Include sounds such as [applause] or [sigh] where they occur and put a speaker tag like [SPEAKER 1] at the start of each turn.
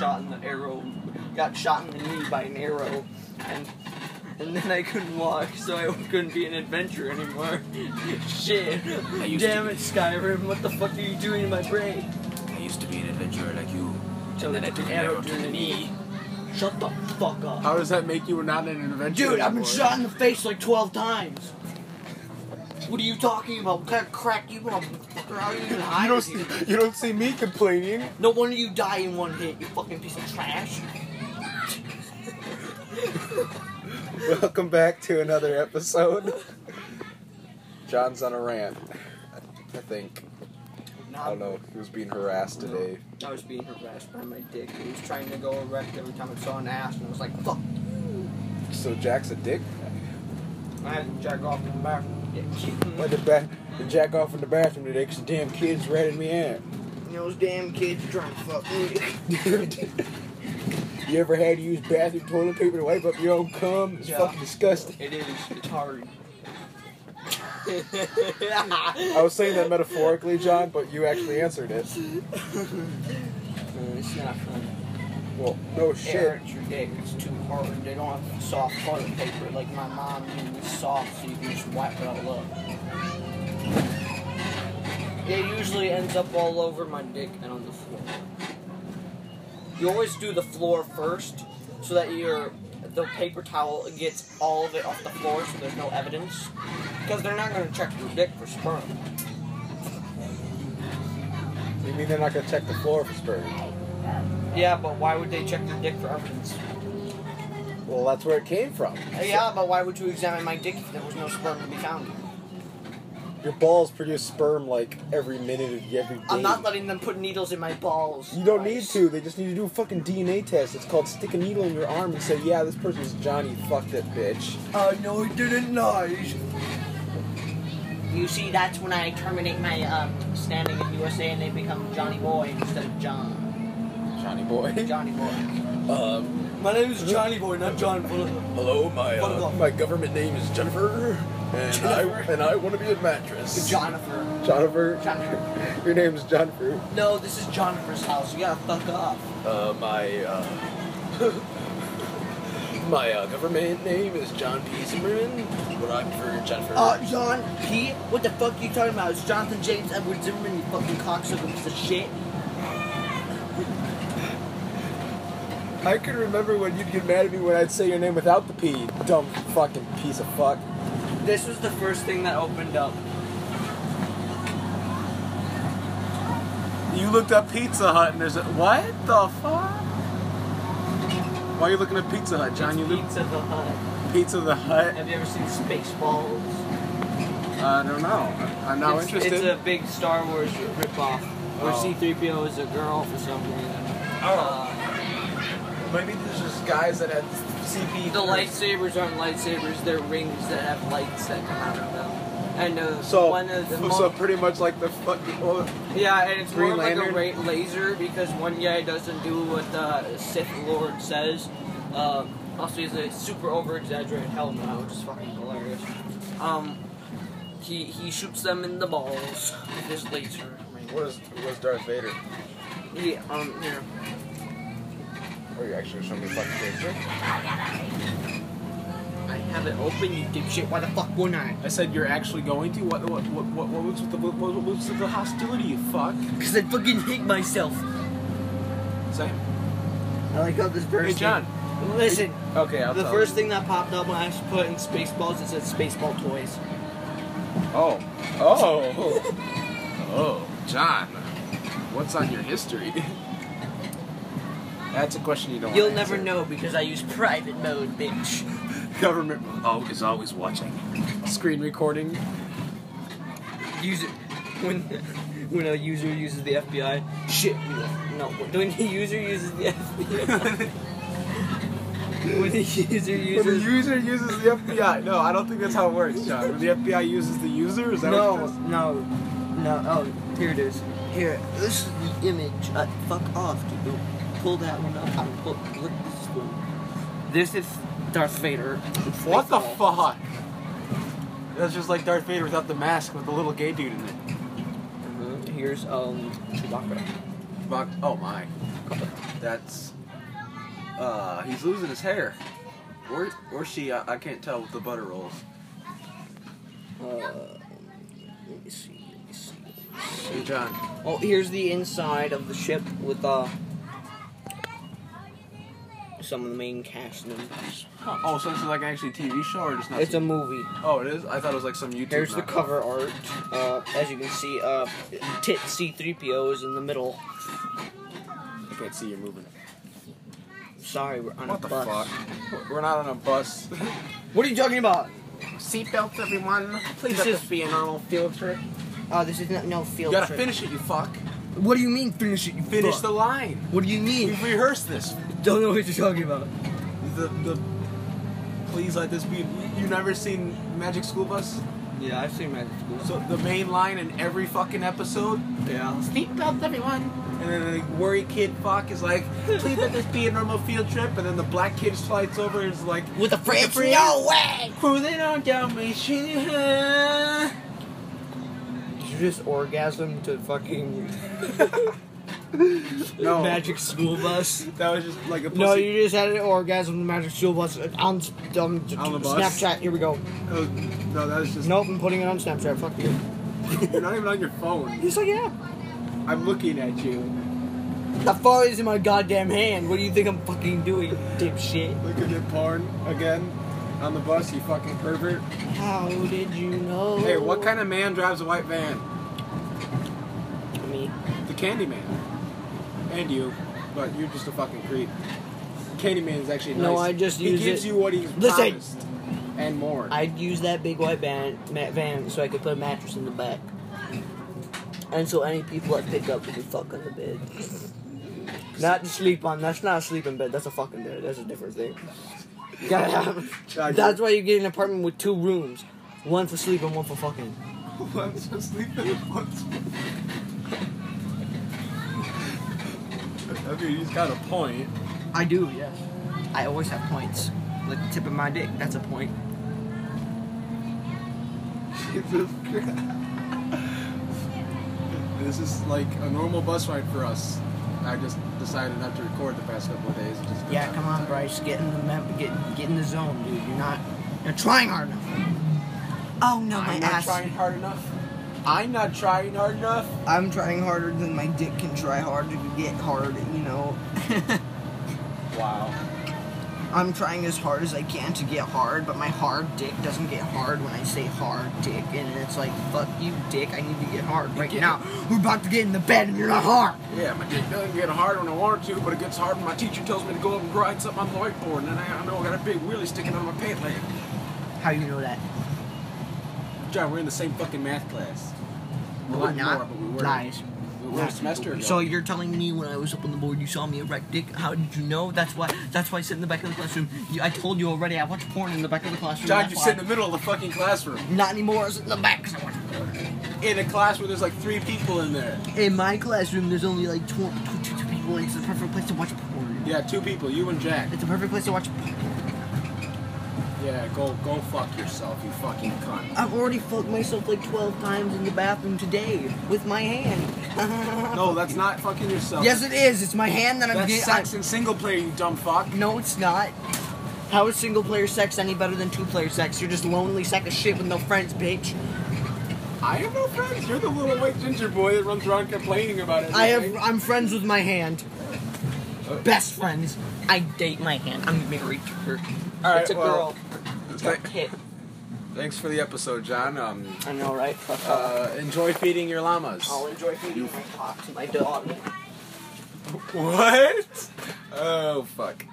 [SPEAKER 1] an arrow, got shot in the knee by an arrow, and and then I couldn't walk, so I couldn't be an adventurer anymore. [laughs] Shit!
[SPEAKER 2] used
[SPEAKER 1] Damn
[SPEAKER 2] to-
[SPEAKER 1] it, Skyrim! What the fuck are you doing in my brain?
[SPEAKER 2] I used to be an adventurer like you.
[SPEAKER 1] So
[SPEAKER 2] Then I took an arrow to the knee.
[SPEAKER 1] Shut the fuck up.
[SPEAKER 3] How does that make you not an adventurer?
[SPEAKER 1] Dude, I've been
[SPEAKER 3] anymore?
[SPEAKER 1] shot in the face like 12 times. What are you talking about? What kind of crack you want, motherfucker? How are you
[SPEAKER 2] [laughs]
[SPEAKER 1] even
[SPEAKER 3] You
[SPEAKER 1] hiding
[SPEAKER 3] don't see.
[SPEAKER 1] here?
[SPEAKER 3] You don't see me complaining.
[SPEAKER 1] No wonder you die in one hit, you fucking piece of trash.
[SPEAKER 3] Welcome back to another episode. John's on a rant. I think.
[SPEAKER 1] Nah,
[SPEAKER 3] I don't know. He was being harassed today.
[SPEAKER 1] I was being harassed by my dick. He was trying to go erect every time I saw an ass, and I was like, fuck.
[SPEAKER 3] So Jack's a dick.
[SPEAKER 1] I had to jack off in the bathroom. Yeah.
[SPEAKER 3] Went to ba- to jack off in the bathroom today because the damn kids ratted me out.
[SPEAKER 1] And Those damn kids trying to fuck me.
[SPEAKER 3] you ever had to use bathroom toilet paper to wipe up your own cum? It's
[SPEAKER 1] Yeah.
[SPEAKER 3] fucking disgusting.
[SPEAKER 1] It is. It's hard. [laughs]
[SPEAKER 3] I was saying that metaphorically, John, but you actually answered it.
[SPEAKER 1] it's not fun.
[SPEAKER 3] Well, no
[SPEAKER 1] air
[SPEAKER 3] shit.
[SPEAKER 1] at your dick. It's too hard. They don't have soft toilet paper like my mom uses soft, so you can just wipe it all up. It usually ends up all over my dick and on the floor. You always do the floor first, so that your the paper towel gets all of it off the floor, so there's no evidence. Because they're not gonna check your dick for sperm.
[SPEAKER 3] You mean they're not gonna check the floor for sperm?
[SPEAKER 1] Yeah, but why would they check your dick for evidence?
[SPEAKER 3] Well, that's where it came from.
[SPEAKER 1] Yeah, but why would you examine my dick if there was no sperm to be found?
[SPEAKER 3] Your balls produce sperm like every minute of every day.
[SPEAKER 1] I'm not letting them put needles in my balls.
[SPEAKER 3] you don't need
[SPEAKER 1] Nice.
[SPEAKER 3] to. They just need to do a fucking DNA test. It's called stick a needle in your arm and say, "Yeah, this person's Johnny. Fuck that bitch."
[SPEAKER 1] I know it didn't nice. You see, that's when I terminate my um, standing in USA and they become Johnny Boy instead of John.
[SPEAKER 3] Johnny boy.
[SPEAKER 1] Johnny Boy.
[SPEAKER 3] Um.
[SPEAKER 1] My name is Johnny Boy, not John
[SPEAKER 3] Hello, my
[SPEAKER 1] What
[SPEAKER 3] uh,
[SPEAKER 1] the-
[SPEAKER 3] my government name is Jennifer, and I
[SPEAKER 1] Jennifer.
[SPEAKER 3] and I want to be a mattress.
[SPEAKER 1] Jonathan.
[SPEAKER 3] Jennifer.
[SPEAKER 1] Jonathan.
[SPEAKER 3] Your name is Jennifer.
[SPEAKER 1] No, this is Jonathan's house. You gotta fuck off.
[SPEAKER 3] Uh, my uh, [laughs] my uh, government name is John P. Zimmerman, but I'm for Jennifer.
[SPEAKER 1] Uh, John P. What the fuck are you talking about? It's Jonathan James Edward Zimmerman. You fucking cocksucker piece of shit.
[SPEAKER 3] I can remember when you'd get mad at me when I'd say your name without the P. Dumb fucking piece of fuck.
[SPEAKER 1] This was the first thing that opened up.
[SPEAKER 3] You looked up Pizza Hut and there's a what the fuck? Why are you looking at Pizza Hut, John? You
[SPEAKER 1] It's
[SPEAKER 3] look
[SPEAKER 1] Pizza the Hut.
[SPEAKER 3] Pizza the Hut.
[SPEAKER 1] Have you ever seen Spaceballs?
[SPEAKER 3] I don't know. I'm not
[SPEAKER 1] it's,
[SPEAKER 3] interested.
[SPEAKER 1] It's a big Star Wars ripoff where
[SPEAKER 3] Oh.
[SPEAKER 1] C-3PO is a girl for some reason. Uh,
[SPEAKER 3] Maybe there's just guys that had CP.
[SPEAKER 1] the lightsabers aren't lightsabers; they're rings that have lights that come out of them. And uh,
[SPEAKER 3] So,
[SPEAKER 1] one of the
[SPEAKER 3] so
[SPEAKER 1] mo-
[SPEAKER 3] pretty much like the fucking. oh, Well,
[SPEAKER 1] yeah, and it's
[SPEAKER 3] Green
[SPEAKER 1] more
[SPEAKER 3] Lantern?
[SPEAKER 1] like a ra- laser because one guy doesn't do what the Sith Lord says. Um, also, he's a super over-exaggerated helmet, which is fucking hilarious. Um, he he shoots them in the balls with his laser.
[SPEAKER 3] what is was Darth Vader?
[SPEAKER 1] Yeah, um, here.
[SPEAKER 3] Or you actually showing me fucking picture?
[SPEAKER 1] I have it open, you dipshit. Why the fuck wouldn't I?
[SPEAKER 4] I said you're actually going to. What what what what, what was with the what, what was with the hostility? You fuck.
[SPEAKER 1] Because I fucking hate myself.
[SPEAKER 4] Same.
[SPEAKER 1] I like how this person.
[SPEAKER 4] Hey John.
[SPEAKER 1] Listen,
[SPEAKER 4] Okay, I'll
[SPEAKER 1] the
[SPEAKER 4] tell
[SPEAKER 1] first thing that popped up when I put in Spaceballs, it said Spaceball Toys.
[SPEAKER 4] You. Oh. Oh. oh, John. What's on your history? [laughs] That's a question you don't.
[SPEAKER 1] You'll
[SPEAKER 4] wanna
[SPEAKER 1] never
[SPEAKER 4] answer.
[SPEAKER 1] know because I use private mode, bitch.
[SPEAKER 4] Government oh, is always watching. Screen recording.
[SPEAKER 1] Use it. When, [laughs] when a user uses the FBI, shit, no. When the user uses the FBI. [laughs] when the user
[SPEAKER 4] When the
[SPEAKER 1] uses.
[SPEAKER 4] user uses the FBI. No, I don't think that's how it works, John. When the FBI uses the user, is that what
[SPEAKER 1] No,
[SPEAKER 4] it is?
[SPEAKER 1] no, no. Oh, here it is. Here, this is the image. Uh, fuck off, dude. Pull that one up. I'll pull, look at this one. This is Darth Vader. Uh,
[SPEAKER 4] What the fuck? That's just like Darth Vader without the mask with the little gay dude in it.
[SPEAKER 1] Here's um Chewbacca.
[SPEAKER 4] Fuck. Oh my. That's Uh, he's losing his hair. Or, or she, uh, I, I can't tell with the butter rolls.
[SPEAKER 1] Uh, Let me see. Let me see.
[SPEAKER 4] Hey, John.
[SPEAKER 1] Oh, here's the inside of the ship with uh some of the main cast members.
[SPEAKER 4] Oh, so this is like an actually TV show or just not?
[SPEAKER 1] It's a movie.
[SPEAKER 4] oh, it is? I thought it was like some YouTube.
[SPEAKER 1] Here's the
[SPEAKER 4] knockoff.
[SPEAKER 1] cover art. Uh, as you can see, uh, Tit C3PO is in the middle.
[SPEAKER 3] I can't see you moving.
[SPEAKER 1] Sorry, we're on
[SPEAKER 4] What
[SPEAKER 1] a
[SPEAKER 4] the
[SPEAKER 1] bus.
[SPEAKER 4] fuck? We're not on a bus.
[SPEAKER 1] What are you talking about?
[SPEAKER 4] Seatbelts, everyone. Please
[SPEAKER 1] This
[SPEAKER 4] let
[SPEAKER 1] is-
[SPEAKER 4] this be a normal field trip.
[SPEAKER 1] Uh, this is not no
[SPEAKER 4] You
[SPEAKER 1] field
[SPEAKER 4] gotta
[SPEAKER 1] trip.
[SPEAKER 4] finish it, you fuck.
[SPEAKER 1] What do you mean finish it? You
[SPEAKER 4] Finish
[SPEAKER 1] fuck?
[SPEAKER 4] the line.
[SPEAKER 1] What do you mean?
[SPEAKER 4] We've rehearsed this.
[SPEAKER 1] [laughs] Don't know what you're talking about.
[SPEAKER 4] The the. Please let this be. You've never seen Magic School Bus?
[SPEAKER 1] Yeah, I've seen Magic School.
[SPEAKER 4] So the main line in every fucking episode.
[SPEAKER 1] yeah.
[SPEAKER 4] Seatbelt, everyone. And then the worry kid fuck is like, please let this be a normal field trip. And then the black kid flights over and is like,
[SPEAKER 1] With the French?
[SPEAKER 4] French?
[SPEAKER 1] No way!
[SPEAKER 4] cruising on down [laughs] my street, huh?"
[SPEAKER 1] Did you just orgasm to [laughs] fucking
[SPEAKER 4] No,
[SPEAKER 1] Magic School Bus?
[SPEAKER 4] that was just like a pussy.
[SPEAKER 1] No, you just had an orgasm in the Magic School Bus on, on,
[SPEAKER 4] On the bus?
[SPEAKER 1] Snapchat. Here we go.
[SPEAKER 4] that was- Oh, no, that was just.
[SPEAKER 1] Nope, I'm putting it on Snapchat. Fuck you.
[SPEAKER 4] You're not even on your phone.
[SPEAKER 1] He's like, yeah.
[SPEAKER 4] I'm looking at you.
[SPEAKER 1] The phone is in my goddamn hand. What do you think I'm fucking doing, dipshit?
[SPEAKER 4] Looking at porn again on the bus, you fucking pervert.
[SPEAKER 1] How did you know?
[SPEAKER 4] Hey, what kind of man drives a white van?
[SPEAKER 1] of me?
[SPEAKER 4] The Candyman. And you, but you're just a fucking creep. Candyman is actually nice.
[SPEAKER 1] No, I just
[SPEAKER 4] he
[SPEAKER 1] use
[SPEAKER 4] gives
[SPEAKER 1] it-
[SPEAKER 4] you what he's
[SPEAKER 1] Listen.
[SPEAKER 4] promised and more.
[SPEAKER 1] I'd use that big white van, ma- van so I could put a mattress in the back, and so any people I pick up could fuck on the bed. Not to sleep on. That's not a sleeping bed. That's a fucking bed. That's a different thing. [laughs] Gotta have-
[SPEAKER 4] [laughs]
[SPEAKER 1] That's why you get an apartment with two rooms, one for sleep and one for fucking.
[SPEAKER 4] One's for sleeping, [laughs] one's for- Okay, he's got a point.
[SPEAKER 1] I do, yes. I always have points. Like the tip of my dick, that's a point.
[SPEAKER 4] Jesus Christ. This is like a normal bus ride for us. I just decided not to record the past couple of days. and Just
[SPEAKER 1] Yeah, come on, Bryce. Get in the mem- get get in the zone, dude. You're not you're trying hard enough. Oh no,
[SPEAKER 4] I'm not trying hard enough. I'm not trying hard enough.
[SPEAKER 1] I'm trying harder than my dick can try hard to get hard. You know, [laughs]
[SPEAKER 4] Wow.
[SPEAKER 1] I'm trying as hard as I can to get hard, but my hard dick doesn't get hard when I say hard dick, and it's like fuck you, dick. I need to get hard right
[SPEAKER 4] get-
[SPEAKER 1] now. We're about to get in the bed, and you're not hard.
[SPEAKER 4] Yeah, my dick doesn't get hard when I want it to, but it gets hard when my teacher tells me to go up and grind something on the whiteboard, and then I, I know I got a big wheelie sticking out of my pant leg.
[SPEAKER 1] How you know that?
[SPEAKER 4] John, we're in the same fucking math class.
[SPEAKER 1] No,
[SPEAKER 4] Well,
[SPEAKER 1] we're not.
[SPEAKER 4] more, but we were.
[SPEAKER 1] Lies.
[SPEAKER 4] We were a semester ago.
[SPEAKER 1] So you're telling me when I was up on the board, you saw me erect dick? How did you know? That's why. That's why I sit in the back of the classroom. You, I told you already. I watch porn in the back of the classroom.
[SPEAKER 4] John,
[SPEAKER 1] that's
[SPEAKER 4] you
[SPEAKER 1] why.
[SPEAKER 4] sit in the middle of the fucking classroom.
[SPEAKER 1] Not anymore. I sit in the back. 'cause I watch porn.
[SPEAKER 4] In a class where there's like three people in there.
[SPEAKER 1] In my classroom, there's only like 20, 22 people. It's the perfect place to watch porn.
[SPEAKER 4] Yeah, two people, you and Jack.
[SPEAKER 1] It's the perfect place to watch.
[SPEAKER 4] Yeah, go go fuck yourself, you fucking cunt.
[SPEAKER 1] I've already fucked myself like 12 times in the bathroom today with my hand.
[SPEAKER 4] No, that's not fucking yourself.
[SPEAKER 1] yes, it is. It's my hand that I'm
[SPEAKER 4] Oh. that's
[SPEAKER 1] getting.
[SPEAKER 4] sex and single player, you dumb fuck.
[SPEAKER 1] No, it's not. How is single player sex any better than two player sex? You're just lonely sack of shit with no friends, bitch.
[SPEAKER 4] I have no friends. You're the little white ginger boy that runs around complaining about it.
[SPEAKER 1] I have. I'm friends with my hand. Best friends. I date my hand. I'm married to her.
[SPEAKER 4] Alright,
[SPEAKER 1] it's a
[SPEAKER 4] well,
[SPEAKER 1] girl. It's got a kid.
[SPEAKER 4] Thanks for the episode, John. Um,
[SPEAKER 1] I know, right?
[SPEAKER 4] uh, enjoy feeding your llamas.
[SPEAKER 1] I'll enjoy feeding my cock to my dog.
[SPEAKER 4] What? Oh fuck.